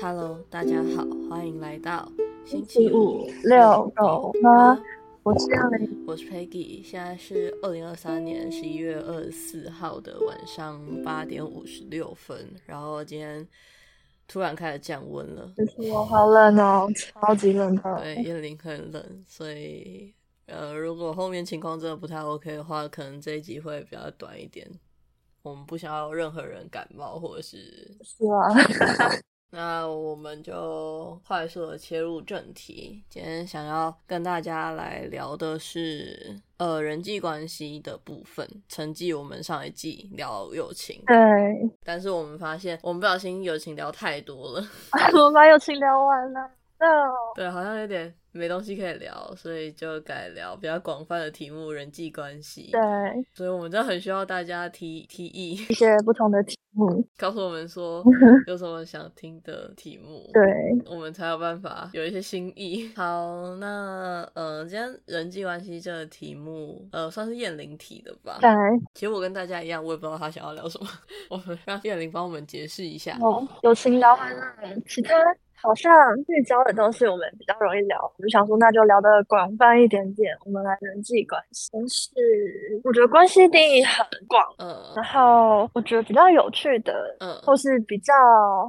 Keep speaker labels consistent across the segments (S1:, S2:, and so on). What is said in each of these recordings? S1: Hello，大家好，欢迎来到星
S2: 期五遛狗吗？我是阿雷，
S1: 我是 Peggy，现在是二零二三年十一月二十四号的晚上八点五十六分。然后今天突然开始降温了，
S2: 就是我好冷哦，超级冷的。
S1: 对，夜林很冷，所以呃，如果后面情况真的不太 OK 的话，可能这一集会比较短一点。我们不想要任何人感冒，或者是
S2: 是啊，
S1: 那我们就快速的切入正题。今天想要跟大家来聊的是，呃，人际关系的部分。承继我们上一季聊友情，
S2: 嗯对，
S1: 但是我们发现我们不小心友情聊太多了，
S2: 我们把友情聊完了。No，
S1: 对，好像有点没东西可以聊，所以就改聊比较广泛的题目——人际关系。
S2: 对，
S1: 所以我们真的很需要大家提提议，
S2: 一些不同的题目，
S1: 告诉我们说 有什么想听的题目。
S2: 对，
S1: 我们才有办法有一些新意。好，那呃，今天人际关系这个题目，呃，算是燕玲提的吧。
S2: 对，
S1: 其实我跟大家一样，我也不知道她想要聊什么， 我们让燕玲帮我们解释一下。
S2: 哦，友情聊完了，其他好像聚焦的东西我们比较容易聊，我们想说那就聊的广泛一点点，我们来人际关系。先是我觉得关系定义很广，
S1: 呃
S2: 然后我觉得比较有趣的。
S1: 呃，
S2: 或是比较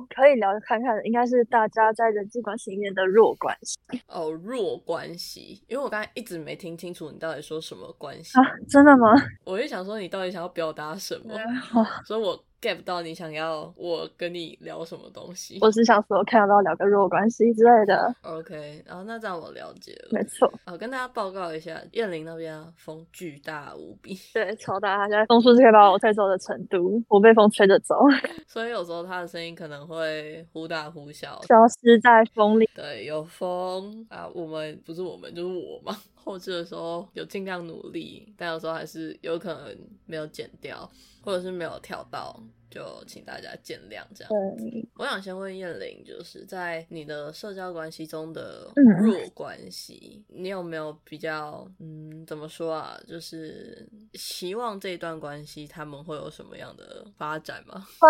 S2: 可以聊着看看的，应该是大家在人际关系里面的弱关系
S1: 哦，弱关系，因为我刚才一直没听清楚你到底说什么关系，
S2: 啊？真的吗？
S1: 我就想说你到底想要表达什么，
S2: 哦
S1: 所以我 get 不到你想要我跟你聊什么东西。
S2: 我只想说看得到聊个弱关系之类的，
S1: OK，然后那这样我了解了。
S2: 没错，
S1: 好，呃跟大家报告一下，燕玲那边啊风巨大无比，
S2: 对，超大，他现在风速是可以把我吹走的程度，我被风吹着走，
S1: 所以有时候她的声音可能会忽大忽小。
S2: 消失在风里。
S1: 对，有风啊，我们不是我们就是我嘛。 后置的时候有尽量努力，但有时候还是有可能没有剪掉，或者是没有跳到，就请大家见谅这样。
S2: 对，
S1: 我想先问燕玲，就是在你的社交关系中的
S2: 嗯
S1: 弱关系，你有没有比较嗯，怎么说啊？就是希望这一段关系他们会有什么样的发展吗
S2: 发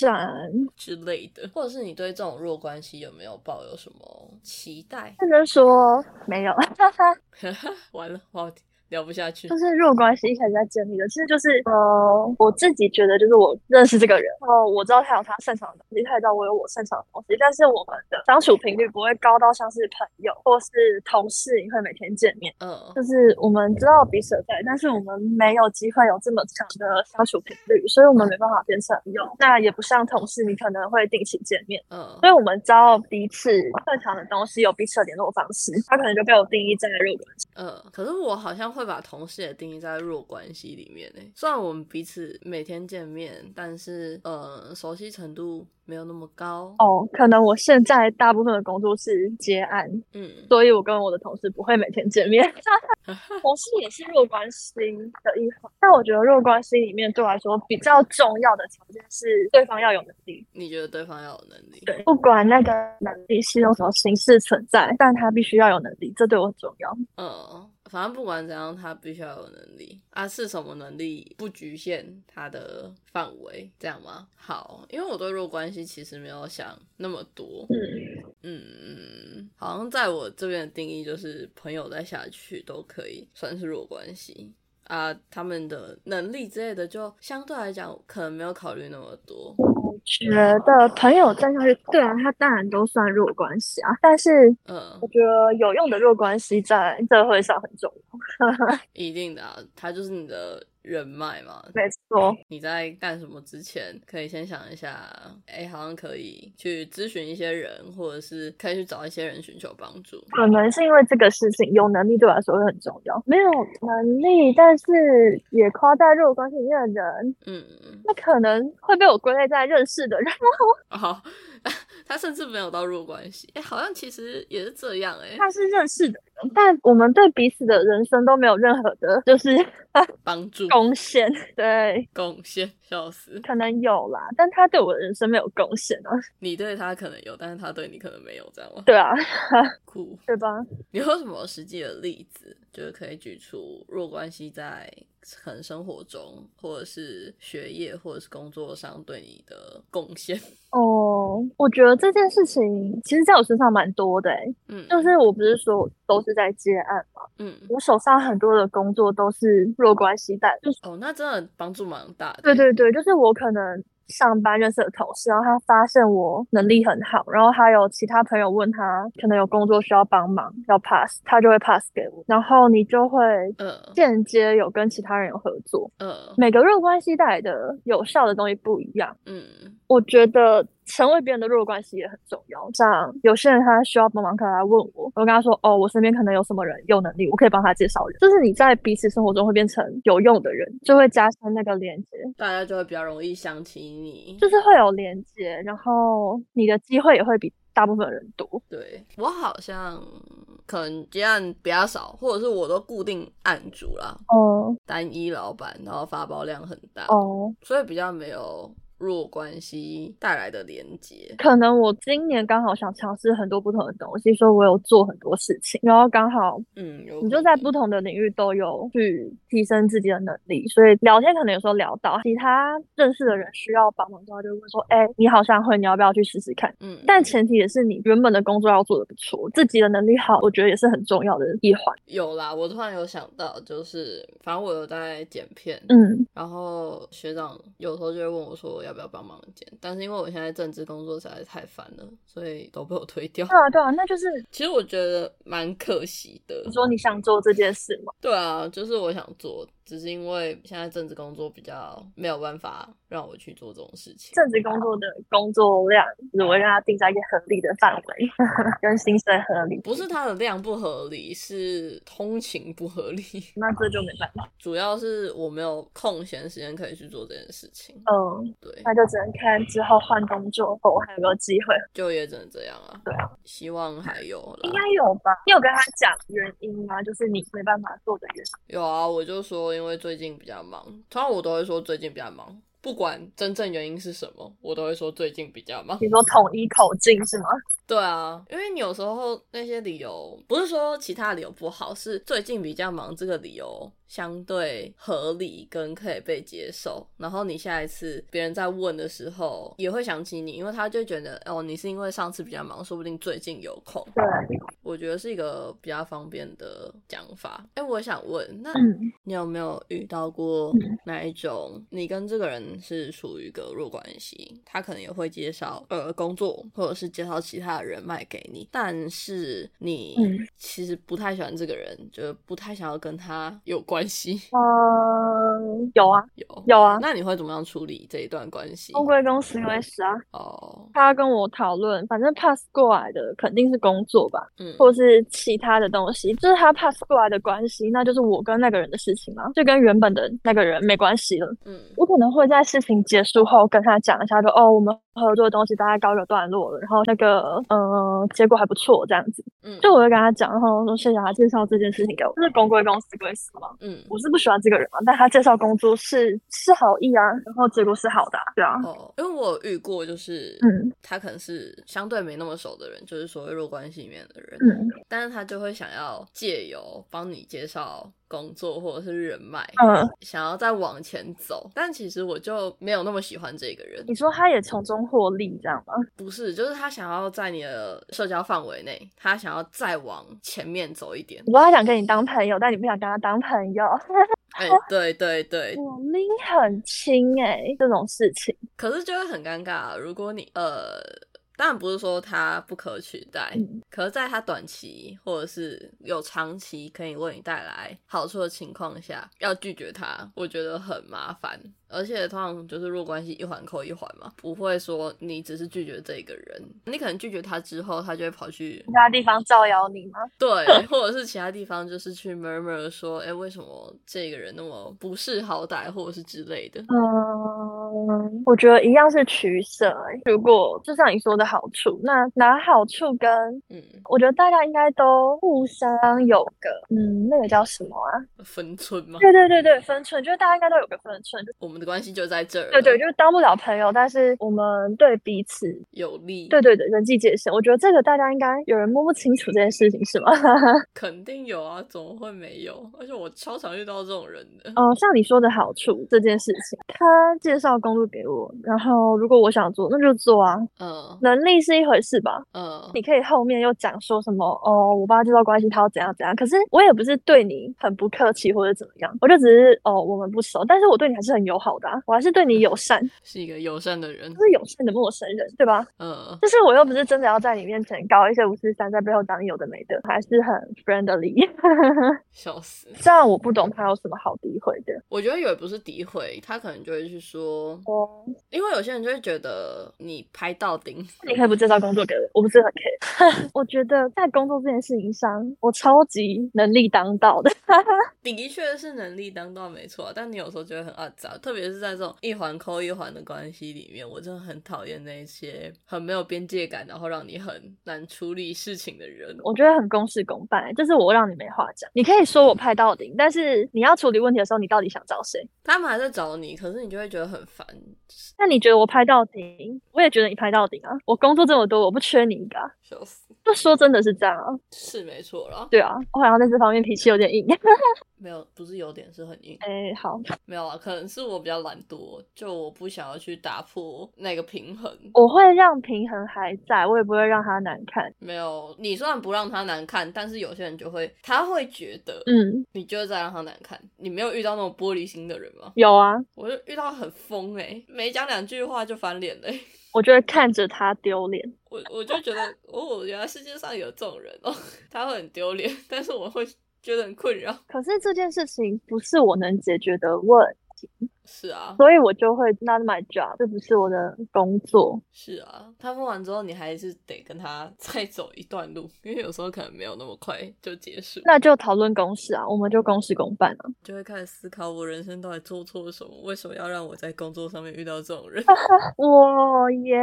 S2: 展
S1: 之类的，或者是你对这种弱关系有没有抱有什么期待？
S2: 认真说没有，
S1: 完了，我聊不下去
S2: 就。是弱关系一开始在建立的，其实就是呃，我自己觉得就是我认识这个人，哦，我知道他有他擅长的东西，他也知道我有我擅长的东西，但是我们的相处频率不会高到像是朋友或是同事，你会每天见面。
S1: 嗯
S2: 就是我们知道彼此的在，但是我们没有机会有这么强的相处频率，所以我们没办法变成朋友。那也不像同事，你可能会定期见面，
S1: 嗯
S2: 所以我们知道彼此擅长的东西，有彼此的联络方式，他可能就被我定义在弱关系。
S1: 嗯，可是我好像会把同事也定义在弱关系里面呢。虽然我们彼此每天见面，但是呃，熟悉程度没有那么高。
S2: 哦，可能我现在大部分的工作是接案，
S1: 嗯，
S2: 所以我跟我的同事不会每天见面。 同事也是弱关系的一环，但我觉得弱关系里面对我来说比较重要的条件是对方要有能力。
S1: 你觉得对方要有能力？
S2: 对，不管那个能力是用什么形式存在，但他必须要有能力，这对我很重要。
S1: 嗯，反正不管怎样，他必须要有能力啊，是什么能力不局限他的范围，这样吗？好，因为我对弱关系其实没有想那么多，
S2: 嗯，
S1: 嗯，好像在我这边的定义就是朋友再下去都可以算是弱关系啊，他们的能力之类的就相对来讲可能没有考虑那么多。
S2: 我觉得朋友站上去，对啊，他当然都算弱关系啊，但是。
S1: 嗯
S2: 我，觉得有用的弱关系在社会上很重要，
S1: 一定的、啊，他就是你的人脉嘛。
S2: 没错。
S1: 你在干什么之前，可以先想一下，哎，好像可以去咨询一些人，或者是可以去找一些人寻求帮助。
S2: 可能是因为这个事情，有能力对我来说会很重要。没有能力，但是也夸大弱关系里面的人，
S1: 嗯，
S2: 那可能会被我归类在认识的人。
S1: 哦， 他甚至没有到弱关系，哎，好像其实也是这样，哎，
S2: 他是认识的人，但我们对彼此的人生都没有任何的，就是
S1: 帮助。
S2: 贡献。对，
S1: 贡献，笑死！
S2: 可能有啦，但他对我的人生没有贡献啊。
S1: 你对他可能有，但是他对你可能没有，这样吗？
S2: 对啊，
S1: 酷！
S2: 对吧？
S1: 你有什么实际的例子，就是可以举出弱关系在可能生活中，或者是学业，或者是工作上对你的贡献？
S2: 哦，我觉得这件事情其实在我身上蛮多的、欸，
S1: 嗯
S2: 就是我不是说我都是在接案嘛，
S1: 嗯，
S2: 我手上很多的工作都是弱关系但就是
S1: 哦，那真的帮助蛮大的。
S2: 对，对对，就是我可能上班认识的同事，然后他发现我能力很好，然后还有其他朋友问他可能有工作需要帮忙要 pass，他就会 pass 给我，然后你就会
S1: 呃
S2: 间接有跟其他人有合作。
S1: 呃，
S2: 每个弱关系带来的有效的东西不一样，
S1: 嗯
S2: 我觉得成为别人的弱关系也很重要。像有些人他需要帮忙，可能来问我，我跟他说：“哦，我身边可能有什么人有能力，我可以帮他介绍人。”就是你在彼此生活中会变成有用的人，就会加深那个连接，
S1: 大家就会比较容易想起你。
S2: 就是会有连接，然后你的机会也会比大部分人多。
S1: 对我好像可能接案比较少，或者是我都固定案主啦，
S2: 哦
S1: 单一老板，然后发包量很大，
S2: 哦，
S1: 所以比较没有弱关系带来的连接。
S2: 可能我今年刚好想尝试很多不同的东西，所以我有做很多事情，然后刚好
S1: 嗯，有
S2: 你
S1: 可
S2: 就在
S1: 能
S2: 不同的领域都有去提升自己的能力，所以聊天可能有时候聊到其他认识的人需要帮忙的话，就会说：“哎、你好像会，你要不要去试试看
S1: 嗯？”，
S2: 但前提也是你原本的工作要做得不错，自己的能力好，我觉得也是很重要的一环。
S1: 有啦，我突然有想到，就是反正我有在剪片，
S2: 嗯，
S1: 然后学长有时候就会问我说要不要帮忙剪，但是因为我现在正职工作实在是太烦了，所以都被我推掉
S2: 对。啊，对啊，那就是
S1: 其实我觉得蛮可惜的
S2: 你。说你想做这件事嘛？
S1: 对啊，就是我想做，只是因为现在正职工作比较没有办法让我去做这种事情。
S2: 正职工作的工作量，如果让它定在一个合理的范围， 跟薪水合理，
S1: 不是它的量不合理，是通勤不合理。
S2: 那这就没办法。
S1: 主要是我没有空闲时间可以去做这件事情。
S2: 嗯，
S1: 对，
S2: 那就只能看之后换工作后还有没有机会。
S1: 就也只能这样啊。
S2: 对啊，
S1: 希望还有
S2: 应
S1: 啦
S2: 该。有吧？你有跟他讲原因吗？就是你没办法做的原因。
S1: 有啊，我就说因为最近比较忙，通常我都会说最近比较忙，不管真正原因是什么，我都会说最近比较忙。
S2: 你说统一口径是吗？
S1: 对啊，因为你有时候那些理由不是说其他理由不好，是最近比较忙这个理由相对合理跟可以被接受。然后你下一次别人在问的时候也会想起你，因为他就觉得哦，你是因为上次比较忙，说不定最近有空。
S2: 对，
S1: 我觉得是一个比较方便的讲法。哎、我想问，那
S2: 嗯，
S1: 你有没有遇到过哪一种，你跟这个人是属于一个弱关系？他可能也会介绍呃工作，或者是介绍其他的人脉给你，但是你
S2: 嗯
S1: 其实不太喜欢这个人，就是不太想要跟他有关系。
S2: 呃，有啊，
S1: 有，
S2: 有啊。
S1: 那你会怎么样处理这一段关系？
S2: 公归公，私归私啊。
S1: 哦，
S2: 他跟我讨论，反正 pass 过来的肯定是工作吧，
S1: 嗯，
S2: 或是其他的东西，就是他 pass 过来的关系，那就是我跟那个人的事情嘛，就跟原本的那个人没关系了。
S1: 嗯
S2: 我可能会在事情结束后跟他讲一下说，哦，我们合作的东西大概告一个段落了，然后那个呃结果还不错这样子。
S1: 嗯，
S2: 就我会跟他讲，然后说谢谢他介绍这件事情给我，就是公归公，私归私嘛。
S1: 嗯
S2: 我是不喜欢这个人嘛，但他介绍工作是是好意啊，然后结果是好的啊、对啊，
S1: 哦，因为我有遇过，就是
S2: 嗯
S1: 他可能是相对没那么熟的人，就是所谓弱关系里面的人，
S2: 嗯
S1: 但是他就会想要借由帮你介绍工作或者是人脉，
S2: 嗯，
S1: 想要再往前走。但其实我就没有那么喜欢这个人，
S2: 你说他也从中获利这样吗？
S1: 不是，就是他想要在你的社交范围内，他想要再往前面走一点。
S2: 你说他想跟你当朋友，但你不想跟他当朋友，
S1: 哎，对对对，
S2: 我拎很轻哎、这种事情，
S1: 可是就会很尴尬。啊如果你呃，当然不是说他不可取代，
S2: 嗯
S1: 可是在他短期或者是有长期可以为你带来好处的情况下，要拒绝他，我觉得很麻烦。而且通常就是弱关系一环扣一环嘛，不会说你只是拒绝这个人，你可能拒绝他之后，他就会跑 去
S2: 其他地方造谣你吗？
S1: 对，或者是其他地方就是去 murmur 说，哎，为什么这个人那么不识好歹，或者是之类的。
S2: 嗯，我觉得一样是取舍、欸。如果就像你说的好处，那拿好处跟
S1: 嗯，
S2: 我觉得大家应该都互相有个，嗯，那个叫什么啊？
S1: 分寸吗？
S2: 对对对对，分寸，就是大家应该都有个分寸。就
S1: 我们的关系就在这儿了，
S2: 对对，就是当不了朋友，但是我们对彼此，
S1: 有利，
S2: 对，对对，人际界限，我觉得这个大家应该有人摸不清楚这件事情，是吗？
S1: 肯定有啊，怎么会没
S2: 呃
S1: 有？而且我超常遇到这种人的，
S2: 哦，像你说的好处这件事情，他介绍要工作给我，然后如果我想做，那就做啊。
S1: 嗯
S2: 能力是一回事吧，
S1: 嗯
S2: 你可以后面又讲说什么哦，我爸介绍关系，他要怎样怎样。可是我也不是对你很不客气或者怎么样，我就只是哦，我们不熟，但是我对你还是很友好的、啊，我还是对你友善，
S1: 是一个友善的人
S2: 就，是友善的陌生人，对吧？
S1: 嗯
S2: 就是我又不是真的要在你面前搞一些五四三，在背后讲你有的没的，还是很 friendly。
S1: 笑死。
S2: 这样我不懂他有什么好诋毁的。
S1: 我觉得也不是诋毁，他可能就会去说，
S2: 哦，
S1: 因为有些人就会觉得你拍到顶，
S2: 你可以不介绍工作给我，我不是很 care。我 觉得在工作这件事情上，我超级能力当道的。
S1: 的确是能力当道没错啊，但你有时候觉得很阿杂，特别是在这种一环扣一环的关系里面，我真的很讨厌那一些很没有边界感，然后让你很难处理事情的人。
S2: 我觉得很公事公办，欸这是我让你没话讲。你可以说我派到顶，但是你要处理问题的时候，你到底想找谁？
S1: 他们还在找你，可是你就会觉得很烦。
S2: 那你觉得我派到顶，我也觉得你派到顶啊。我工作这么多，我不缺你一个、啊。
S1: 笑死，
S2: 就说真的是这样啊，
S1: 是没错啦，
S2: 对啊，我好像在这方面脾气有点硬。
S1: 没有不是有点是很硬，
S2: 哎、好，
S1: 没有啊，可能是我比较懒惰，就我不想要去打破那个平衡。
S2: 我会让平衡还在，我也不会让他难看。
S1: 没有，你虽然不让他难看，但是有些人就会，他会觉得，
S2: 嗯，
S1: 你就是在让他难看。你没有遇到那种玻璃心的人吗？
S2: 有啊，
S1: 我就遇到很疯哎、没讲两句话就翻脸嘞、
S2: 我就会看着他丢脸。
S1: 我我就觉得，哦，原来世界上有这种人哦， 他会很丢脸，但是我会觉得很困扰。
S2: 可是这件事情不是我能解决的问题，
S1: 是啊，
S2: 所以我就会 not my job，这不是我的工作。
S1: 是啊，他分完之后，你还是得跟他 再走一段路，因为有时候可能没有那么快就结束，
S2: 那就讨论公事啊，我们就公事公办啊。
S1: 就会开始思考我人生到底做错了什么，为什么要让我在工作上面遇到这种 人？
S2: 我也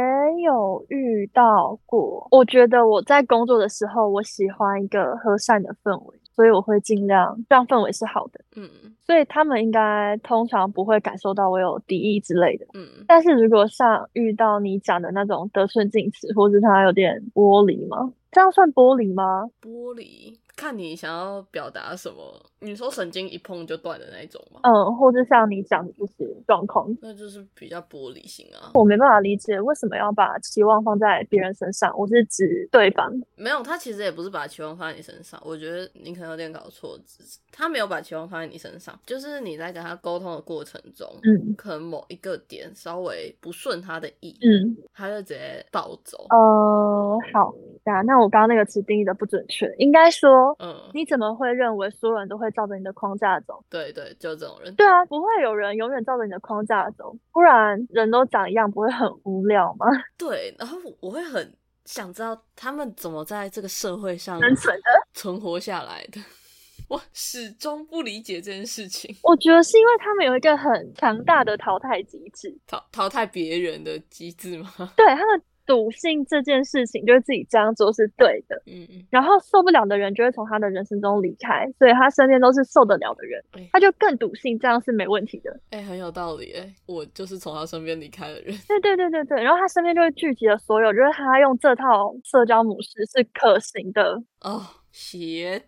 S2: 有遇到过，我觉得我在工作的时候，我喜欢一个和善的氛围，所以我会尽量让氛围是好的。
S1: 嗯
S2: 所以他们应该通常不会感受到我有敌意之类的。
S1: 嗯，
S2: 但是如果像遇到你讲的那种得寸进尺，或是他有点玻璃吗？这样算玻璃吗？
S1: 玻璃，看你想要表达什么。你说神经一碰就断的那一种吗？
S2: 嗯，或是像你讲的就是状况，
S1: 那就是比较玻璃心啊。
S2: 我没办法理解为什么要把期望放在别人身上。我是指对方，
S1: 没有，他其实也不是把期望放在你身上，我觉得你可能有点搞错，只是他没有把期望放在你身上，就是你在跟他沟通的过程中，
S2: 嗯
S1: 可能某一个点稍微不顺他的意，
S2: 嗯
S1: 他就直接暴走。
S2: 呃，好，那那我刚刚那个词定义的不准确，应该说
S1: 嗯，
S2: 你怎么会认为所有人都会照着你的框架走？
S1: 对对，就这种人。
S2: 对啊，不会有人永远照着你的框架走，不然人都长一样，不会很无聊吗？
S1: 对，然后我会很想知道他们怎么在这个社会上
S2: 生存的。
S1: 存活下来的。 我始终不理解这件事情，
S2: 我觉得是因为他们有一个很强大的淘汰机制，
S1: 淘淘汰别人的机制吗？
S2: 对他们笃信这件事情，就是自己这样做是对的。
S1: 嗯，
S2: 然后受不了的人就会从他的人生中离开，所以他身边都是受得了的人
S1: 哎，
S2: 他就更笃信这样是没问题的。
S1: 哎、很有道理哎、我就是从他身边离开的人。
S2: 对对对对对，然后他身边就会聚集了所有，就是他用这套社交模式是可行的
S1: 哦，邪，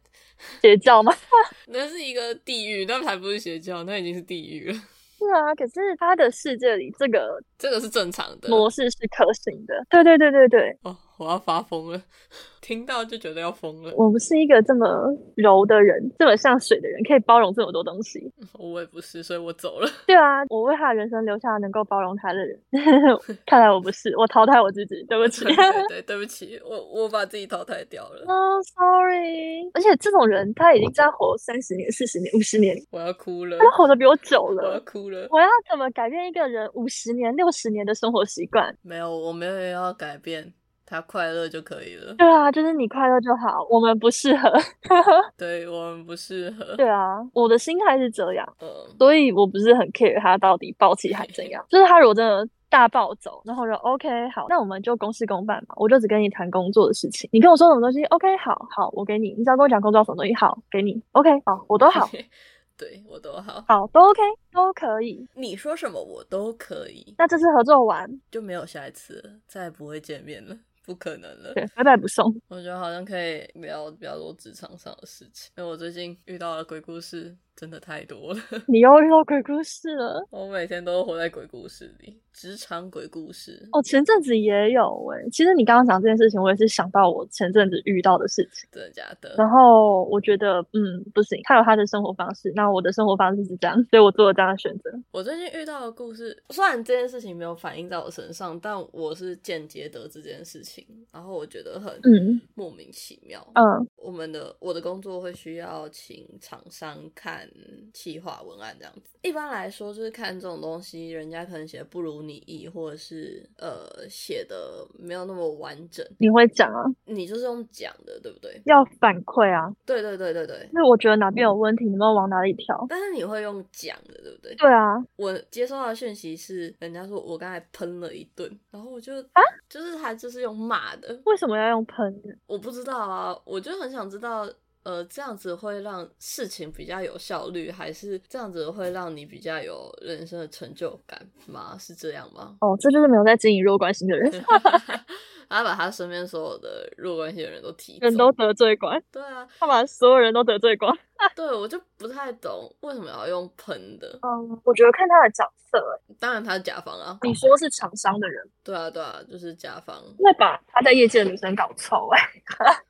S2: 邪教吗？
S1: 那是一个地狱，那才不是邪教，那已经是地狱了。
S2: 是啊，可是他的世界里这个
S1: 这个是正常的。
S2: 模式是可行的。对对对对对，
S1: 哦，我要发疯了， 听到就觉得要疯了。
S2: 我不是一个这么柔的人，这么像水的人，可以包容这么多东西。
S1: 我也不是，所以我走了。
S2: 对啊，我为他的人生留下能够包容他的人。 看来我不是，我淘汰我自己，对不起。
S1: 对对对，对不起，我我把自己淘汰掉了，
S2: 哦 sorry。而且这种人他已经这样活三十年、四十年、五十年，
S1: 我要哭了，
S2: 他活得比我久
S1: 我要
S2: 了。
S1: 哭了。
S2: 我要怎么改变一个人五十年、六十年的生活习惯？
S1: 没有，我没有要改变，他快乐就可以了。
S2: 对啊，就是你快乐就好，我们不适合。
S1: 对我们不适合。
S2: 对啊，我的心态是这样，
S1: 嗯，
S2: 所以我不是很 care 他到底暴气还怎样。就是他如果真的大暴走，然后我就 OK 好，那我们就公事公办嘛，我就只跟你谈工作的事情。你跟我说什么东西，OK 好好，我给你。你只要跟我讲工作要什么东西，好给你，OK 好，我都好，
S1: 对我都好，
S2: 好都 OK 都可以。
S1: 你说什么我都可以，
S2: 那这次合作完，
S1: 就没有下一次了，再也不会见面了，不可能了。
S2: 对，拜拜不送。
S1: 我觉得好像可以聊比较多职场上的事情，因为我最近遇到了鬼故事，真的太多了。
S2: 你又遇到鬼故事了。
S1: 我每天都活在鬼故事里，职场鬼故事。
S2: 哦，前阵子也有哎、其实你刚刚讲这件事情，我也是想到我前阵子遇到的事情。
S1: 真的假
S2: 然
S1: 的？
S2: 后我觉得，嗯，不行，他有他的生活方式，那我的生活方式是这样，所以我做了这样的选择。
S1: 我最近遇到的故事，虽然这件事情没有反映在我身上，但我是间接得知这件事情，然后我觉得很
S2: 嗯
S1: 莫名其妙。
S2: 嗯
S1: 我们的我的工作会需要请厂商看企划文案这样子。一般来说，就是看这种东西，人家可能写的不如你意，或者是呃写的没有那么完整，
S2: 你会讲啊，
S1: 你就是用讲的，对不对？
S2: 要反馈啊，
S1: 对对对对对。
S2: 因为我觉得哪边有问题，你们要往哪里调。
S1: 但是你会用讲的，对不对？
S2: 对啊，
S1: 我接收到的讯息是，人家说我刚才喷了一顿，然后我就
S2: 啊
S1: 就是他就是用骂的，
S2: 为什么要用喷的？？
S1: 我不知道啊，我就很想知道，呃，这样子会让事情比较有效率，还是这样子会让你比较有人生的成就感吗？是这样吗
S2: 哦，这就是没有在经营弱关心的人，
S1: 他把他身边所有的弱关系的人都提走，
S2: 人都得罪光，
S1: 对啊，
S2: 他把所有人都得罪光。
S1: 对我就不太懂为什么要用喷的。
S2: 嗯，我觉得看他的角色、欸
S1: 当然他是甲方啊，
S2: 你说是厂商的人，
S1: 对啊对啊，就是甲方。
S2: 会把他在业界的名声搞臭、哎，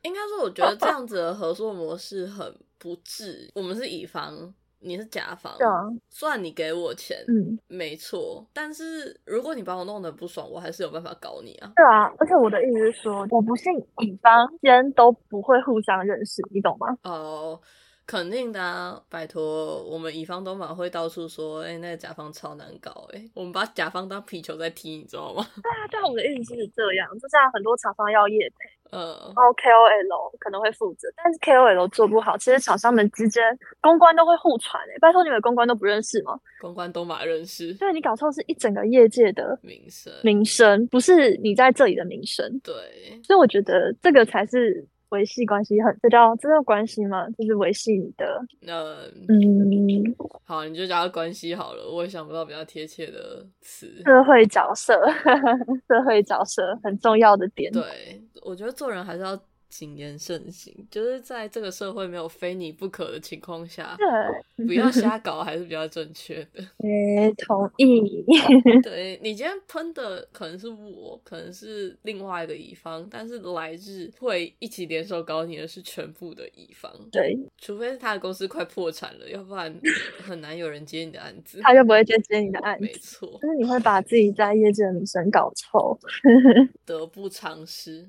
S1: 应该说，我觉得这样子的合作模式很不智。我们是乙方，你是甲方，
S2: 对啊，
S1: 虽然你给我钱，
S2: 嗯，
S1: 没错，但是如果你把我弄得很不爽，我还是有办法搞你啊。
S2: 对啊，而且我的意思是说，我不信乙方间都不会互相认识，你懂吗？
S1: 哦、肯定的啊，拜托，我们乙方都蛮会到处说，哎、那个甲方超难搞、哎，我们把甲方当皮球在踢，你知道吗？
S2: 对啊，对啊，我的意思是这样，就像很多厂商要业配，
S1: 呃，
S2: 然后 KOL 可能会负责，但是 KOL 做不好，其实厂商们之间公关都会互传诶、拜托你们公关都不认识吗？
S1: 公关都马认识
S2: 对你搞错是一整个业界的
S1: 名声，
S2: 名声，不是你在这里的名声，
S1: 对，
S2: 所以我觉得这个才是。维系关系很，这叫这叫关系吗？就是维系你的，
S1: 那
S2: 嗯，
S1: 好，你就叫他关系好了，我也想不到比较贴切的词。
S2: 社会角色，社会角色很重要的点。
S1: 对，我觉得做人还是要谨言慎行，就是在这个社会没有非你不可的情况下，
S2: 对，啊
S1: 不要瞎搞还是比较正确的。
S2: 诶，同意。
S1: 对你今天喷的可能是我，可能是另外一个乙方，但是来日会一起联手搞你的是全部的乙方，
S2: 对，
S1: 除非是他的公司快破产了，要不然很难有人接你的案子。
S2: 他就不会去接你的案
S1: 没
S2: 子，
S1: 错，
S2: 就是你会把自己在业界的名声搞臭，
S1: 得不偿失，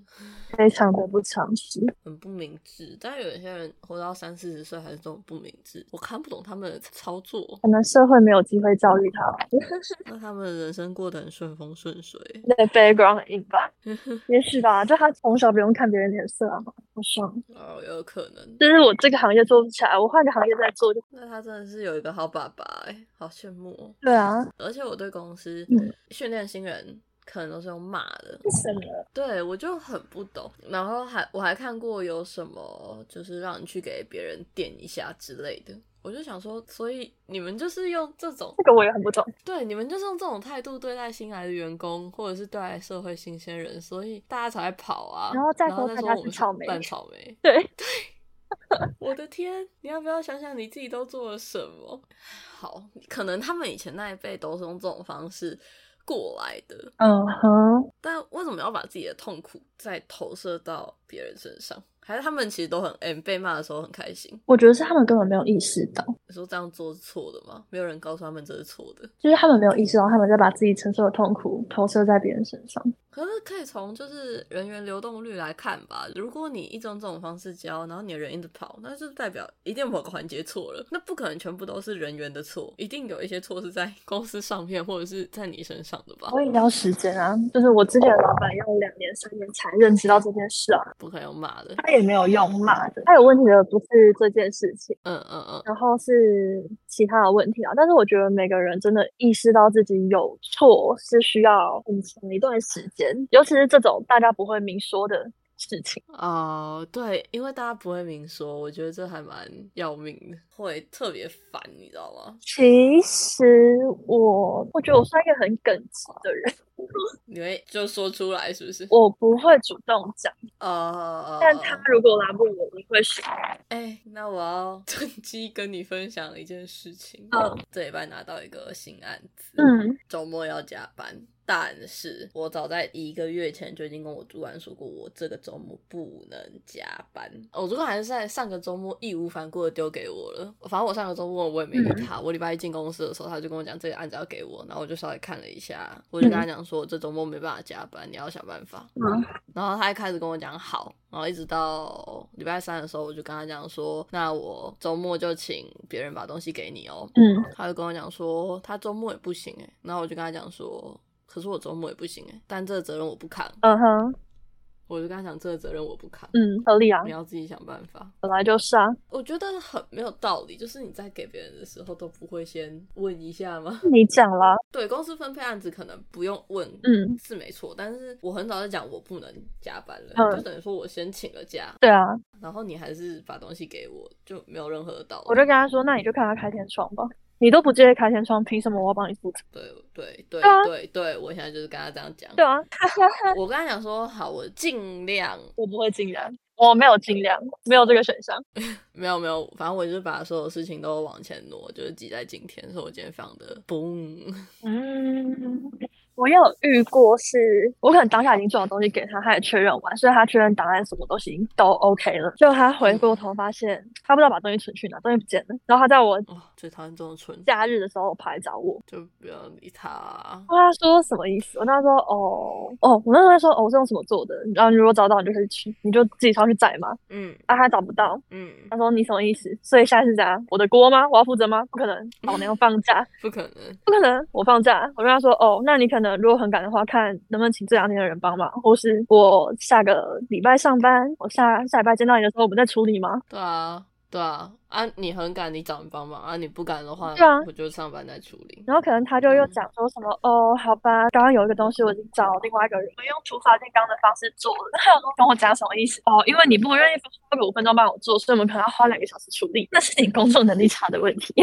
S2: 非常的不常识。
S1: 很不明智。但有一些人活到三四十岁还是这种不明智，我看不懂他们的操作。
S2: 可能社会没有机会教育他，
S1: 那他们的人生过得很顺风顺水，
S2: 那 background 很硬 吧，也许吧，就他从小不用看别人脸色啊，好爽。
S1: 哦，有可能。
S2: 就是我这个行业做不起来，我换个行业再做就。
S1: 那他真的是有一个好爸爸、欸，好羡慕哦。
S2: 对啊，
S1: 而且我对公司
S2: 嗯
S1: 训练新人可能都是用骂的，
S2: 为什么？
S1: 对我就很不懂。然后还我还看过有什么就是让你去给别人垫一下之类的，我就想说，所以你们就是用这种
S2: 这个我也很不懂。
S1: 对你们就是用这种态度对待新来的员工，或者是对待社会新鲜人，所以大家才会跑啊，
S2: 然后再
S1: 然后
S2: 说
S1: 再说
S2: 大家
S1: 我
S2: 是
S1: 们
S2: 草莓
S1: 烂草莓。
S2: 对，
S1: 我的天，你要不要想想你自己都做了什么？好，可能他们以前那一辈都是用这种方式过来的，
S2: 嗯哼，
S1: 但为什么要把自己的痛苦再投射到别人身上？还是他们其实都很嗯、被骂的时候很开心？
S2: 我觉得是他们根本没有意识到。
S1: 你说这样做是错的吗？没有人告诉他们这是错的。
S2: 就是他们没有意识到，他们在把自己承受的痛苦投射在别人身上。
S1: 可是可以从就是人员流动率来看吧，如果你一直用这种方式教，然后你的人一直跑，那就是代表一定某个环节错了，那不可能全部都是人员的错，一定有一些错是在 公司上面或者是在你身上的吧？
S2: 我也要时间啊，就是我之前的老板要两年三年才认识到这件事啊，
S1: 不可能有骂的，
S2: 他也没有用骂的，他有问题的不是这件事情，
S1: 嗯嗯嗯，
S2: 然后是其他的问题啊。但是我觉得每个人真的意识到自己有错是需要很长一段时间，尤其是这种大家不会明说的。事情。
S1: 哦、对，因为大家不会明说，我觉得这还蛮要命的，会特别烦，你知道吗？
S2: 其实我我觉得我算一个很耿直的人，
S1: 你会就说出来是不是？
S2: 我不会主动讲，
S1: 呃，
S2: 但他如果拉不我，我会说。
S1: 哎、那我要 趁机跟你分享一件事情。
S2: 嗯，
S1: 这礼拜拿到一个新案子，，
S2: 嗯，
S1: 周末要加班，但是我早在一个月前就已经跟我主管说过，我这个周末不能加班。我主管还是在上个周末义无反顾的丢给我了。反正我上个周末我也没理他。我礼拜一进公司的时候，他就跟我讲这个案子要给我，然后我就稍微看了一下，我就跟他讲说，这周末没办法加班，你要想办法。
S2: 嗯
S1: 然后他一开始跟我讲好，然后一直到礼拜三的时候，我就跟他讲说，那我周末就请别人把东西给你哦。
S2: 嗯，
S1: 他就跟我讲说，他周末也不行诶，然后我就跟他讲说，可是我周末也不行诶，但这个责任我不扛。
S2: 嗯哼，
S1: 我就跟他讲，这个责任我不扛，
S2: 嗯，合理啊
S1: 你，要自己想办法。
S2: 本来就是啊。
S1: 我觉得很没有道理，就是你在给别人的时候都不会先问一下吗？
S2: 你讲啦，
S1: 对公司分配案子可能不用问，
S2: 嗯，
S1: 是没错，但是我很早就讲我不能加班了，
S2: 嗯
S1: 就等于说我先请了假，
S2: 对啊，
S1: 然后你还是把东西给我，就没有任何的道理。
S2: 我就跟他说，那你就看他开天窗吧。你都不介意开天窗，凭什么我要帮你付出？
S1: 对对对
S2: 对啊
S1: 对对，我现在就是跟他这样讲。
S2: 对啊，
S1: 我跟他讲说，好，我尽量
S2: 我不会尽量，我没有尽量，没有这个选项。
S1: 没有没有，反正我就是把所有事情都往前挪，就是挤在今天，所以我今天非常的嘣。
S2: 嗯，我也有遇过是，我可能当下已经做好东西给他，他也确认完，所以他确认档案什么都行，都 OK 了。结果他回过头发现，他不知道把东西存去哪，东西不见了。然后他在我
S1: 哦，最讨厌这种蠢，
S2: 假日的时候跑来找我，
S1: 就不要理他、啊
S2: 我跟他说什么意思？我跟他说哦哦，我那时候在说哦，我是用什么做的？然后你如果找到，你就是去，你就自己上去载嘛。
S1: 嗯
S2: 啊，他找不到，
S1: 嗯，
S2: 他说你什么意思？所以现在是怎样？我的锅吗？我要负责吗？不可能，老娘放假。
S1: 不可能。
S2: 不可能，我放假。我跟他说，哦，那你可能如果很赶的话，看能不能请这两天的人帮忙，或是我下个礼拜上班，我下下礼拜见到你的时候，我们再处理吗？
S1: 对啊，对啊，啊，你很赶，你找人帮忙啊，你不赶的话，
S2: 对啊
S1: 我就上班再处理。
S2: 然后可能他就又讲说什么，哦，好吧，刚刚有一个东西我已经找另外一个人，我用土法炼钢的方式做了。那他有跟我讲什么意思？哦，因为你不愿意花个五分钟帮我做，所以我们可能要花两个小时处理。那是你工作能力差的问题，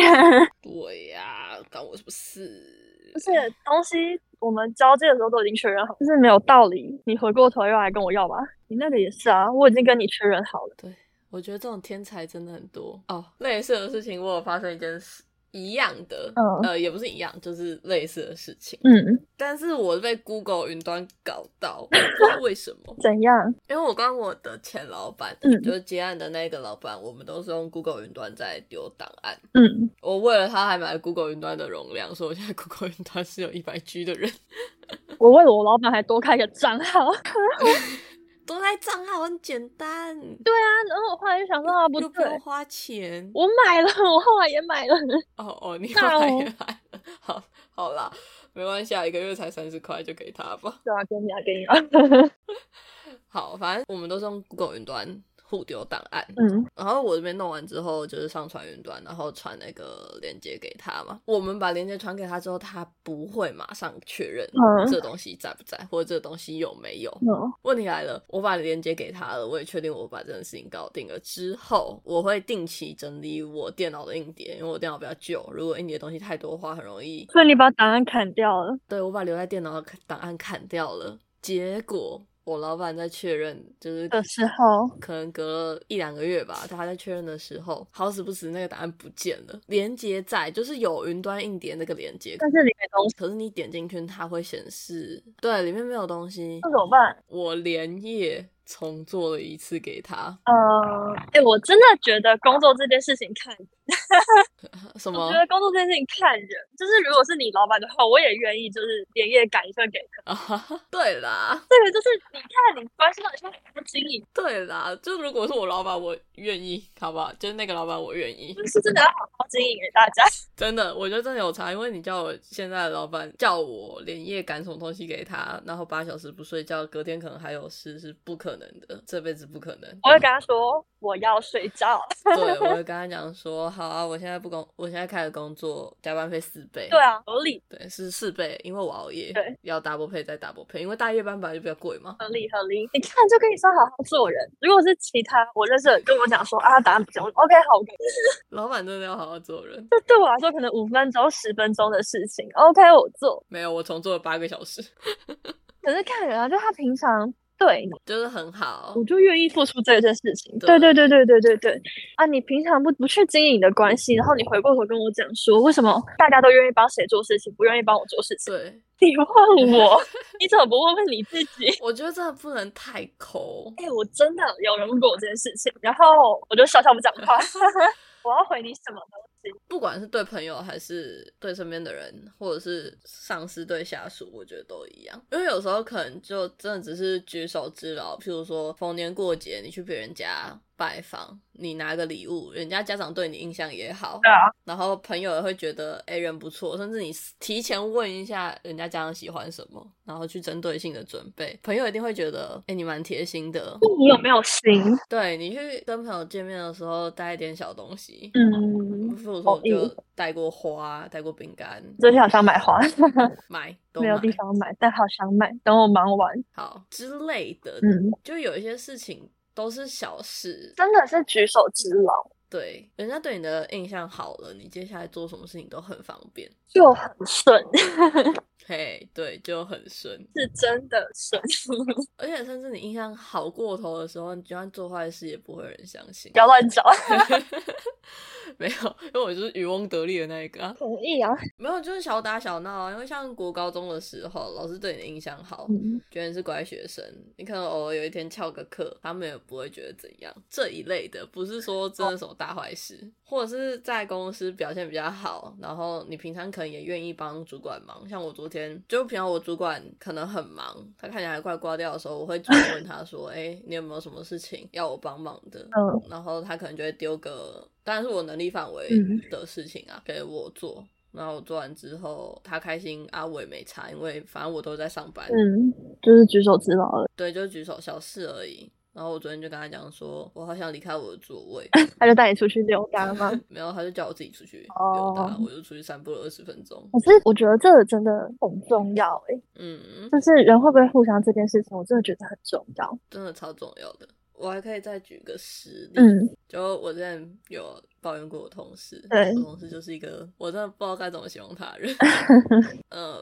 S1: 对呀、关我什么事？
S2: 就是东西我们交接的时候都已经确认好，就是没有道理，你回过头又来跟我要吧。你那个也是啊，我已经跟你确认好了。
S1: 我觉得这种天才真的很多哦。类似的事情，我有发生一件事一样的，
S2: 嗯
S1: 呃，也不是一样，就是类似的事情。
S2: 嗯，
S1: 但是我被 Google 云端搞到，我不知道为什么？
S2: 怎样？
S1: 因为我跟我的前老板，
S2: 嗯
S1: 就是接案的那个老板，我们都是用 Google 云端在丢档案。
S2: 嗯，
S1: 我为了他还买了 Google 云端的容量，所以我现在 Google 云端是有一百 G 的人。
S2: 我为了我老板还多开个账号。
S1: 多来账号很简单，
S2: 啊，然后我后来就想说啊，不
S1: 又不
S2: 对
S1: 用，花钱。
S2: 我买了，我后来也买了。
S1: 哦哦，你
S2: 那
S1: 后来
S2: 我
S1: 也来了， 好好啦，没关系啊，一个月才三十块就给他吧。
S2: 对啊，给你啊，给你啊。
S1: 好，反正我们都是用 Google 云端互丢档案，
S2: 嗯
S1: 然后我这边弄完之后就是上传云端，然后传那个链接给他嘛。我们把链接传给他之后，他不会马上确认
S2: 嗯
S1: 这东西在不在，或者这东西有没有。
S2: 嗯
S1: 问题来了，我把链接给他了，我也确定我把这件事情搞定了之后，我会定期整理我电脑的硬碟，因为我电脑比较旧，如果硬碟东西太多的话，很容易
S2: 所以你把档案砍掉了。
S1: 对我把留在电脑的档档案砍掉了。结果我老板在确认，就是
S2: 的时候
S1: 可能隔了一两个月吧，他在确认的时候，好死不死那个档案不见了，连接在就是有云端硬碟那个连接，
S2: 但是里面东西，
S1: 可是你点进去它会显示对里面没有东西
S2: 那。怎么办？
S1: 我连夜重做了一次给他，
S2: 呃，哎，我真的觉得工作这件事情看
S1: 什
S2: 我
S1: 么
S2: 觉得工作这件事情看人，就是如果是你老板的话，我也愿意就是连夜赶一份给他。
S1: 啊？哈哈 对啦，
S2: 这个就是你看你关系到底像不经营，
S1: 对啦，就如果是我老板，我愿意，好不好？就是那个老板，我愿意。
S2: 就是真的要好好经营给 大家。
S1: 真的，我觉得真的有差，因为你叫我现在的老板叫我连夜赶什么东西给他，然后八小时不睡觉，隔天可能还有事，是不可能的，这辈子不可能。
S2: 我会跟他说，我要睡觉。
S1: 对，我会跟他讲说，好啊，我现在不工，我现在开始工作，加班费四倍。
S2: 对啊，合理
S1: 对，是四倍，因为我熬夜，
S2: 对，
S1: 要 double pay 再 double pay，因为大夜班本来就比较贵嘛。
S2: 合理合理。你看，就跟你说好好做人。如果是其他我认识的人跟我讲说啊，答案不行我说，OK 好，我改
S1: 老板真的要好好做人。
S2: 这 对我来说可能五分钟、十分钟的事情，OK 我做。
S1: 没有，我重做了八个小时，
S2: 可是看人啊，就他平常对你，
S1: 就是很好
S2: 我。就愿意付出这件事情。
S1: 对
S2: 对对对对对对对啊！你平常不不去经营你的关系，然后你回过头跟我讲说，为什么大家都愿意帮谁做事情，不愿意帮我做事情？
S1: 对，
S2: 你问 我，你怎么不问问你自己？
S1: 我觉得真的不能太抠。
S2: 哎、我真的有人问过我这件事情，然后我就笑笑不讲话。 我要回你什么东西？
S1: 不管是对朋友还是对身边的人，或者是上司对下属，我觉得都一样。因为有时候可能就真的只是举手之劳，譬如说逢年过节你去别人家拜访，你拿个礼物，人家家长对你印象也好，
S2: 对啊，
S1: 然后朋友也会觉得哎、人不错，甚至你提前问一下人家家长喜欢什么，然后去针对性的准备，朋友一定会觉得哎、你蛮贴心的，
S2: 你有没有心？嗯
S1: 对你去跟朋友见面的时候带一点小东西，
S2: 嗯，
S1: 比如说我
S2: 同意
S1: 就带过花，带过饼干，
S2: 最近好想买花，
S1: 买都
S2: 没有
S1: 买
S2: 地方买，但好想买。等我忙完，
S1: 好之类的，
S2: 嗯，
S1: 就有一些事情都是小事，
S2: 真的是举手之劳，
S1: 对，人家对你的印象好了，你接下来做什么事情都很方便，
S2: 就很顺，
S1: 嘿，对，就很顺，
S2: 是真的顺。
S1: 而且甚至你印象好过头的时候，你就算做坏事也不会有人相信
S2: 不。要乱找，
S1: 没有，因为我就是渔翁得利的那一个、啊，
S2: 同意啊。
S1: 没有，就是小打小闹啊。因为像国高中的时候，老师对你的印象好，
S2: 嗯，
S1: 觉得你是乖学生，你可能偶尔有一天翘个课，他们也不会觉得怎样。这一类的，不是说真的什么大坏事，或者是在公司表现比较好，然后你平常可能也愿意帮主管忙。像我昨天，就平常我主管可能很忙，他看起来快挂掉的时候，我会主动问他说：“哎、你有没有什么事情要我帮忙的？”
S2: 嗯
S1: 然后他可能就会丢个，当然是我能力范围
S2: 嗯
S1: 的事情啊，给我做。然后我做完之后，他开心啊，我也没差，因为反正我都在上班，
S2: 嗯，就是举手之劳了，
S1: 对，就举手小事而已。然后我昨天就跟他讲说，我好想离开我的座位，
S2: 他就带你出去溜达 吗？
S1: 没有，他就叫我自己出去溜
S2: 哦
S1: 达我就出去散步了二十分 钟。
S2: 可是我觉得这个真的很重要诶、
S1: 嗯，
S2: 就是人会不会互相这件事情，我真的觉得很重要。
S1: 真的超重要的。我还可以再举个实例，
S2: 嗯，
S1: 就我之前有抱怨过我同事，
S2: 对
S1: 我同事就是一个我真的不知道该怎么形容他的人， 嗯，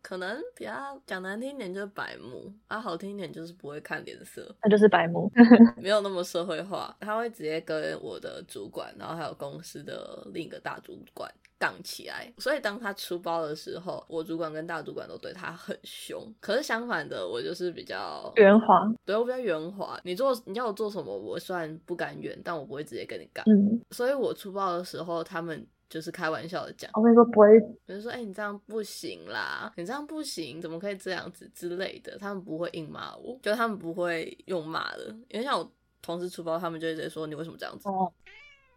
S1: 可能比较讲难听一点就是白目，啊好听一点就是不会看脸色，
S2: 那就是白目。
S1: 没有那么社会化，他会直接跟我的主管，然后还有公司的另一个大主管杠起来。所以当他出包的时候，我主管跟大主管都对他很凶。可是相反的，我就是比较，
S2: 圆滑，
S1: 对我比较圆滑。你做你叫我做什么，我虽然不敢远，但我不会直接跟你杠。
S2: 嗯，
S1: 所以我出包的时候，他们。就是开玩笑的讲，
S2: 我跟你说不会，
S1: 比如说，哎、你这样不行啦，你这样不行，怎么可以这样子之类的，他们不会硬骂我，就他们不会用骂的，因为像我同事出包，他们就会直接说你为什么这样子。
S2: 哦，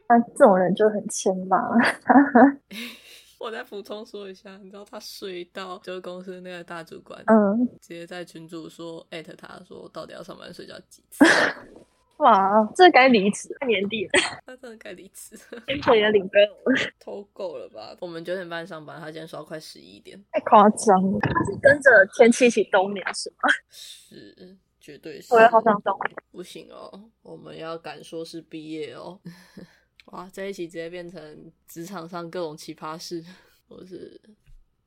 S2: 那这种人就很欠骂。
S1: 我再补充说一下，你知道他睡到就是公司那个大主管，
S2: 嗯，
S1: 直接在群主说艾特他说到底要上班睡觉几次，
S2: 哇，这该离职，快年底了，
S1: 他真的该离职，
S2: 薪水也领不了，
S1: 偷够了吧？我们九点半上班，他今天说到快十一点，
S2: 太夸张了。是跟着天气一起冬眠是吗？
S1: 是绝对是。
S2: 我也好想冬眠。
S1: 不行哦，我们要敢说是毕业哦。哇，这一期直接变成职场上各种奇葩事， 或是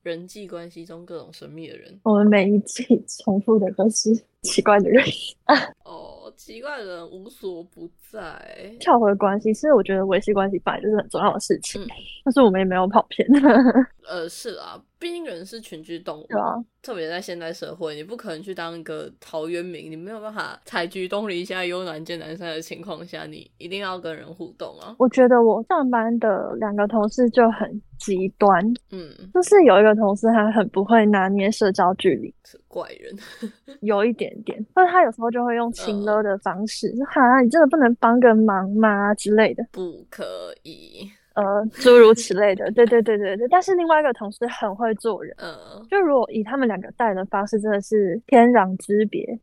S1: 人际关系中各种神秘的人
S2: 我们每一季重复的都是奇怪的人，
S1: 哦，奇怪的人无所不在。
S2: 跳回关系，其实我觉得维系关系本来就是很重要的事情，
S1: 嗯
S2: 但是我们也没有跑偏，
S1: 呃，是啦，毕竟人是群居动物
S2: 对，啊吧？
S1: 特别在现代社会，你不可能去当一个陶渊明，你没有办法采菊东篱下，悠然见南山的情况下，你一定要跟人互动啊。
S2: 我觉得我上班的两个同事就很极端，
S1: 嗯，
S2: 就是有一个同事他很不会拿捏社交距离，
S1: 是怪人。嗯
S2: 有一点点，但是他有时候就会用亲了的方式，就哈，你真的不能帮个忙吗之类的，
S1: 不可以，
S2: 呃，诸如此类的，对对对对对。但是另外一个同事很会做人，
S1: 呃，
S2: 就如果以他们两个待 人的方式，真的是天壤之别。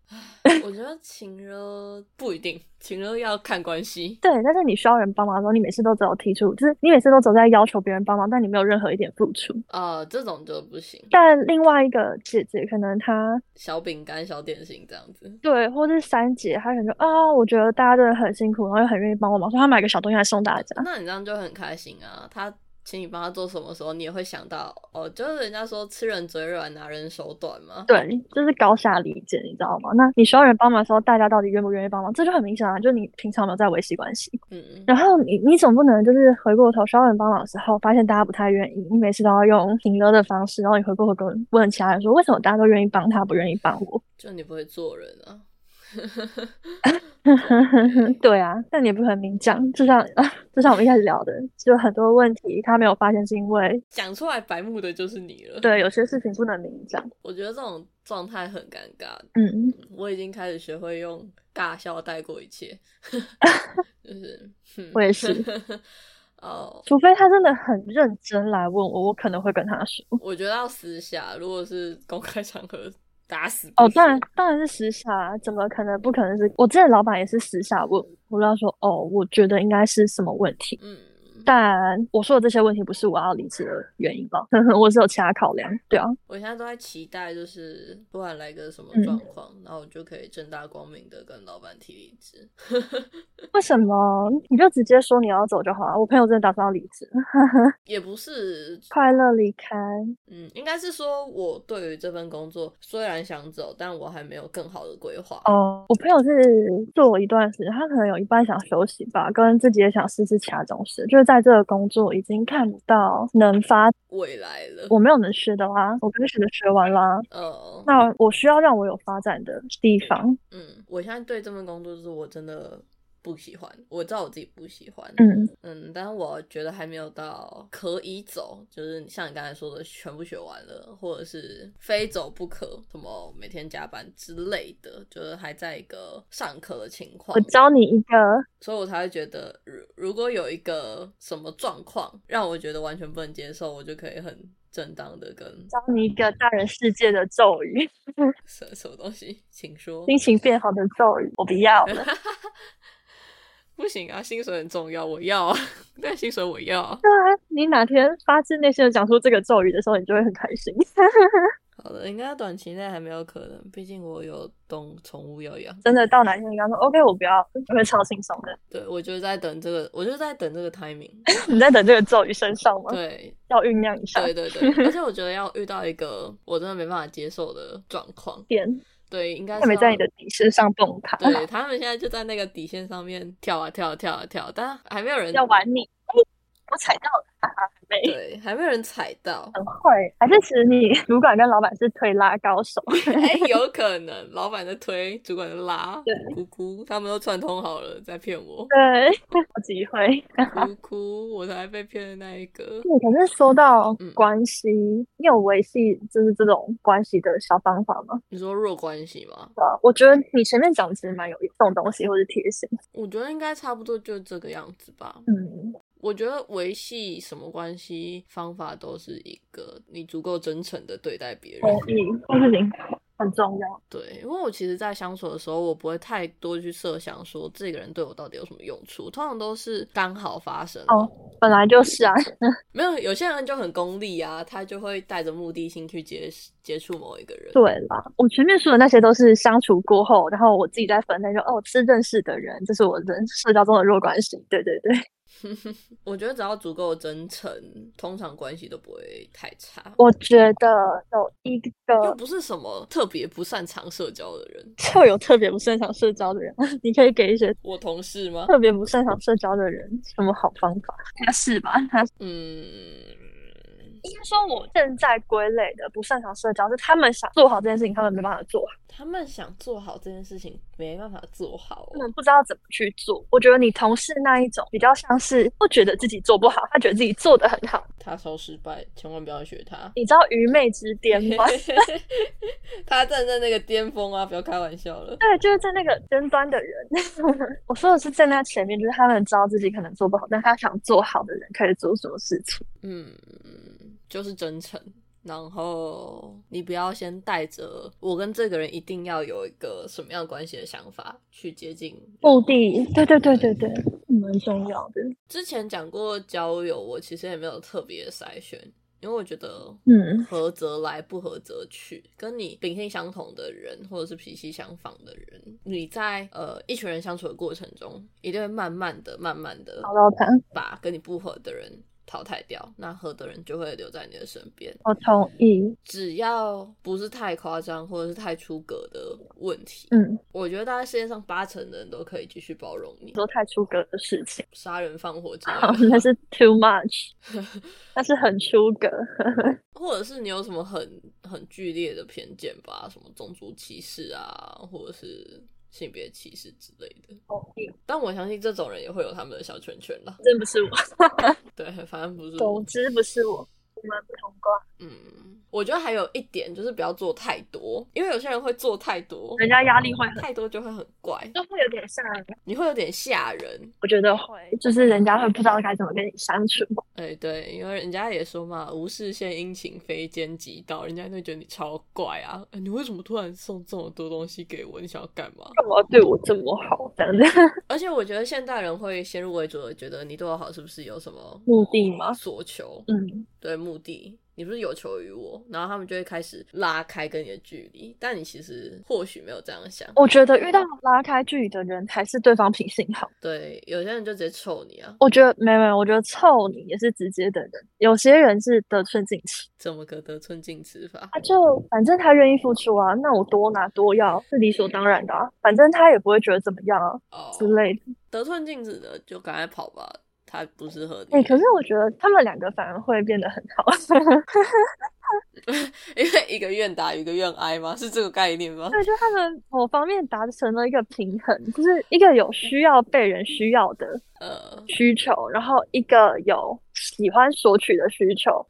S1: 我觉得情热不一定，情热要看关系，
S2: 对，但是你需要人帮忙的时候，你每次都只有提出，就是你每次都只有在要求别人帮忙，但你没有任何一点付出。
S1: 呃，这种就不行。
S2: 但另外一个姐姐可能她
S1: 小饼干、小点心这样子，
S2: 对，或是三姐，她可能就啊，我觉得大家真的很辛苦，然后又很愿意帮我忙，所以她买个小东西来送大家。
S1: 那你这样就很开心啊。他请你帮他做什么时候，你也会想到哦，就是人家说吃人嘴软，拿人手短嘛。
S2: 对，就是高下立见，你知道吗？那你需要人帮忙的时候，大家到底愿不愿意帮忙，这就很明显啊，就你平常有没有在维系关系。
S1: 嗯，
S2: 然后你你总不能就是回过头需要人帮忙的时候，发现大家不太愿意，你每次都要用情勒的方式，然后你回过头跟问其他人说，为什么大家都愿意帮他，不愿意帮我？
S1: 就你不会做人啊。
S2: 对啊，但你也不可能明讲，就像 啊，就像我们一开始聊的，就很多问题他没有发现是因为
S1: 讲出来白目的就是你了。，
S2: 对有些事情不能明讲，
S1: 我觉得这种状态很尴尬。
S2: 嗯，
S1: 我已经开始学会用尬笑带过一切， 就是 哼
S2: 我也是
S1: 哦。
S2: 除非他真的很认真来问我，我可能会跟他说。
S1: 我觉得要私下，如果是公开场合，打死不
S2: 哦，当然
S1: 说
S2: 当然是私下啊，怎么可能不可能是？我之前老板也是私下问我，我跟他说，哦，我觉得应该是什么问题，
S1: 嗯，
S2: 但我说的这些问题不是我要离职的原因吧？ 我是有其他考量，对啊，
S1: 我现在都在期待，就是突然来个什么
S2: 嗯
S1: 状况，然后我就可以正大光明的跟老板提离职。
S2: 为什么你就直接说你要走就好啊？我朋友真的打算要离职，
S1: 也不是，
S2: 快乐离开。
S1: 嗯，应该是说我对于这份工作虽然想走，但我还没有更好的规划。
S2: 哦，我朋友是做一段时间，他可能有一半想休息吧，跟自己也想试试其他东西，就是在这个工作已经看不到能发，
S1: 未来了，
S2: 我没有能学的啦，我该学的学完啦，
S1: 呃，
S2: 那我需要让我有发展的地方，
S1: 嗯，我现在对这份工作就是我真的不喜欢，我知道我自己不喜欢，
S2: 嗯
S1: 嗯，但是我觉得还没有到可以走，就是像你刚才说的，全部学完了，或者是非走不可，什么每天加班之类的，就是还在一个上课的情况
S2: 我，教你一个，
S1: 所以我才会觉得，如如果有一个什么状况让我觉得完全不能接受，我就可以很正当的跟
S2: 教你一个大人世界的咒语，
S1: 什什么东西，请说，
S2: 心情变好的咒语，我不要了。
S1: 不行啊，薪水很重要，我要啊， 但薪水我要啊。
S2: 对啊，你哪天发自内心的讲出这个咒语的时候，你就会很开 心。
S1: 好的，应该短期内还没有可能，毕竟我有动宠物要养。
S2: 真的到哪天你刚说 OK，我不要，就会超轻松 的。
S1: 对，我就是在等这个，我就是在等这个 timing。
S2: 你在等这个咒语身上吗？
S1: 对，
S2: 要酝酿一下
S1: 对对对，而且我觉得要遇到一个我真的没办法接受的状况，
S2: 点，
S1: 对，应该
S2: 还没
S1: 是
S2: 在
S1: 要
S2: 你的底线上蹦卡，
S1: 对他们现在就在那个底线上面跳啊跳啊跳啊跳，但还没有人
S2: 要玩你。哎我踩到了，哈哈，还没。，
S1: 对，还没有人踩到
S2: 很会，还是其实你主管跟老板是推拉高 手？
S1: 哎，有可能老板在推，主管在拉，
S2: 对，
S1: 咕咕，他们都串通好了，在骗我
S2: 对，有机会。
S1: 咕咕，我才被骗的那一个。
S2: 对，嗯可是说到
S1: 嗯
S2: 关系，你有维系就是这种关系的小方法吗？
S1: 你说弱关系吗？
S2: 对啊我觉得你前面讲的其实蛮有用这种东西，或是贴心。
S1: 我觉得应该差不多就这个样子吧。
S2: 嗯，
S1: 我觉得维系什么关系方法都是一个你足够真诚的对待别人。
S2: 同意，这事情很重要。
S1: 对，因为我其实，在相处的时候，我不会太多去设想说这个人对我到底有什么用处，通常都是刚好发生了。
S2: 哦本来就是啊，
S1: 没有，有些人就很功利啊，他就会带着目的性去接接触某一个人。
S2: 对啦，我前面说的那些都是相处过后，然后我自己在分类，就哦，是认识的人，这是我人社交中的弱关系。对对对，
S1: 我觉得只要足够真诚，通常关系都不会太差。
S2: 我觉得有一
S1: 又
S2: 个
S1: 不是什么特别不擅长社交的人，
S2: 就有特别不擅长社交的人， 你可以给一些
S1: 我同事吗？
S2: 特别不擅长社交的人什么好方法？他是吧？他
S1: 嗯，
S2: 应该说我现在归类的不擅长社交，是他们想做好这件事情，他们没办法做好，
S1: 他们想做好这件事情，没办法做好、
S2: 他
S1: 哦。
S2: 们不知道怎么去做。我觉得你同事那一种比较像是不觉得自己做不好，他觉得自己做得很好，
S1: 他超失败，千万不要学 他。
S2: 你知道愚昧之巅吗？
S1: 他站在那个巅峰啊，不要开玩笑了。
S2: 对，就是在那个争端的人， 我说的是站在前面，就是他们知道自己可能做不好，但他想做好的人可以做什么事情。
S1: 嗯，就是真诚，然后你不要先带着我跟这个人一定要有一个什么样关系的想法去接近人
S2: 目的，对对对对对，蛮重要的。
S1: 之前讲过交友，我其实也没有特别筛选，因为我觉得，
S2: 嗯，
S1: 合则来，不合则去。跟你秉性相同的人，或者是脾气相仿的人，你在呃一群人相处的过程中，一定会慢慢的、慢慢的
S2: 找到他，
S1: 把跟你不合的人淘汰掉，那合的人就会留在你的身边。
S2: 我同意。
S1: 只要不是太夸张或者是太出格的问题，
S2: 嗯，
S1: 我觉得大概世界上八成的人都可以继续包容你。
S2: 说太出格的事情，
S1: 杀人放火之类
S2: 好
S1: 的，，
S2: 那是 too much，那 是很出格。
S1: 或者是你有什么很很剧烈的偏见吧，什么种族歧视啊，或者是性别歧视之类的。
S2: 同意，
S1: 但我相信这种人也会有他们的小圈圈啦。
S2: 真不是我，
S1: 对，反正不是我
S2: 总之不是我，我们不同卦。
S1: 嗯，我觉得还有一点就是不要做太多，因为有些人会做太多，
S2: 人家压力会很，
S1: 太多就会很怪，
S2: 就会有点吓人。
S1: 你会有点吓人。
S2: 我觉得会，就是人家会不知道该怎么跟你相处。
S1: 哎，对，因为人家也说嘛，无事献殷勤，非奸即盗，人家就会觉得你超怪啊！哎你为什么突然送这么多东西给我？你想要干嘛？
S2: 干嘛要对我这么好？这样子
S1: 而且我觉得现代人会先入为主的觉得你对我好是不是有什么
S2: 目的吗？
S1: 所求，
S2: 嗯，
S1: 对目的，你不是有求于我，然后他们就会开始拉开跟你的距离，但你其实或许没有这样想，
S2: 我觉得遇到拉开距离的人，还是对方品性好。
S1: 对，有些人就直接臭你啊，
S2: 我觉得没有没有，我觉得臭你也是直接的人，有些人是得寸进尺，
S1: 怎么个得寸进尺法？
S2: 他就反正他愿意付出啊，那我多拿多要是理所当然的啊，反正他也不会觉得怎么样啊
S1: 哦，
S2: 之类的。
S1: 得寸进尺的就赶快跑吧，他不适合你。
S2: 哎、可是我觉得他们两个反而会变得很好。
S1: 因为一个愿打，一个愿挨吗？是这个概念吗？
S2: 对，就他们某方面达成了一个平衡，就是一个有需要被人需要的
S1: 呃，
S2: 需求，然后一个有喜欢索取的需求，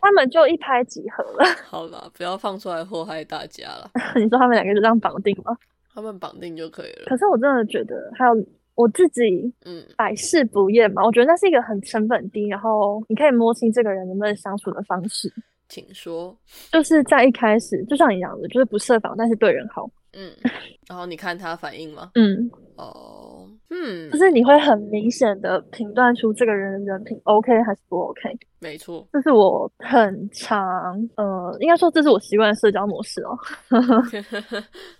S2: 他们就一拍即合了。
S1: 好啦，不要放出来祸害大家了，
S2: 你说他们两个就这样绑定吗？
S1: 他们绑定就可以了。
S2: 可是我真的觉得，还有我自己
S1: 嗯，
S2: 百试不厌嘛，我觉得那是一个很成本低，然后你可以摸清这个人能不能相处的方式，
S1: 请说。
S2: 就是在一开始，就像你讲的，就是不设防，但是对人好，
S1: 嗯，然后你看他反应吗？
S2: 嗯，
S1: 哦，嗯
S2: 就，是你会很明显的评断出这个人的人品 OK 还是不 OK。
S1: 没错，
S2: 这是我很常，呃，应该说这是我习惯的社交模式哦。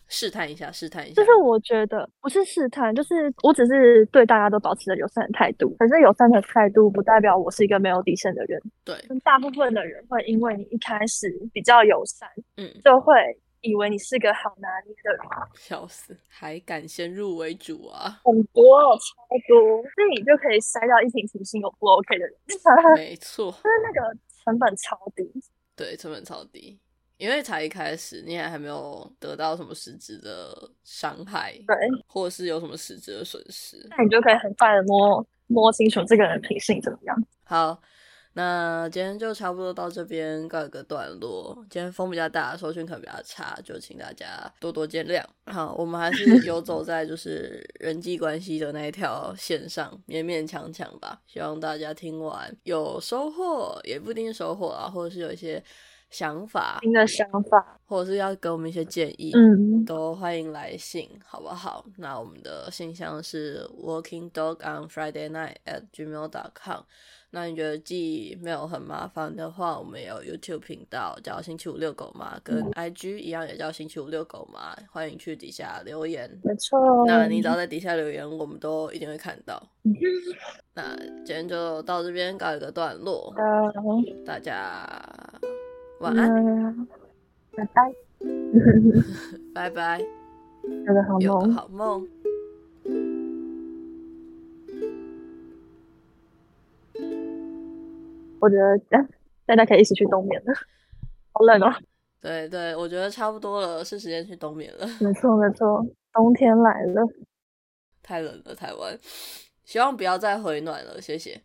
S1: 试探一下，试探一下
S2: 就。是我觉得不是试探，就是我只是对大家都保持着友善的态度。可是友善的态度不代表我是一个没有底线的人。
S1: 对，
S2: 大部分的人会因为你一开始比较友善，
S1: 嗯，
S2: 就会以为你是个好拿捏的人。
S1: 笑死，还敢先入为主啊？
S2: 很多哦，超多，那你就可以筛掉一瓶情绪有不 OK 的人， 就是
S1: 没错，
S2: 那个成本超低。
S1: 对，成本超低，因为才一开始，你也还没有得到什么实质的伤害，
S2: 对，
S1: 或者是有什么实质的损失。
S2: 那你就可以很快的摸摸清楚这个人品性怎么样。
S1: 好，那今天就差不多到这边告一个段落。今天风比较大，收讯可能比较差，就请大家多多见谅。好，我们还是游走在就是人际关系的那一条线上，勉勉强强吧。希望大家听完有收获，也不一定收获啊，或者是有一些想法，
S2: 新的想法，
S1: 或者是要给我们一些建议。
S2: 嗯，
S1: 都欢迎来信，好不好？那我们的信箱是 working dog on Friday night at gmail dot com。那你觉得寄没有很麻烦的话，我们也有 YouTube 频道叫星期五遛狗嘛，跟 IG 一样也叫星期五遛狗嘛，欢迎去底下留言。
S2: 没错。
S1: 那你只要在底下留言，我们都一定会看到。那今天就到这边告一个段落，
S2: 呃，
S1: 大家晚安，
S2: 嗯，拜拜，
S1: 拜拜，
S2: 有个好
S1: 有个
S2: 梦。
S1: 好梦。
S2: 我觉得大家可以一起去冬眠了，好冷哦。
S1: 对对，我觉得差不多了，是时间去冬眠了。
S2: 没错，没错，冬天来了。
S1: 太冷了，台湾，希望不要再回暖了，谢谢。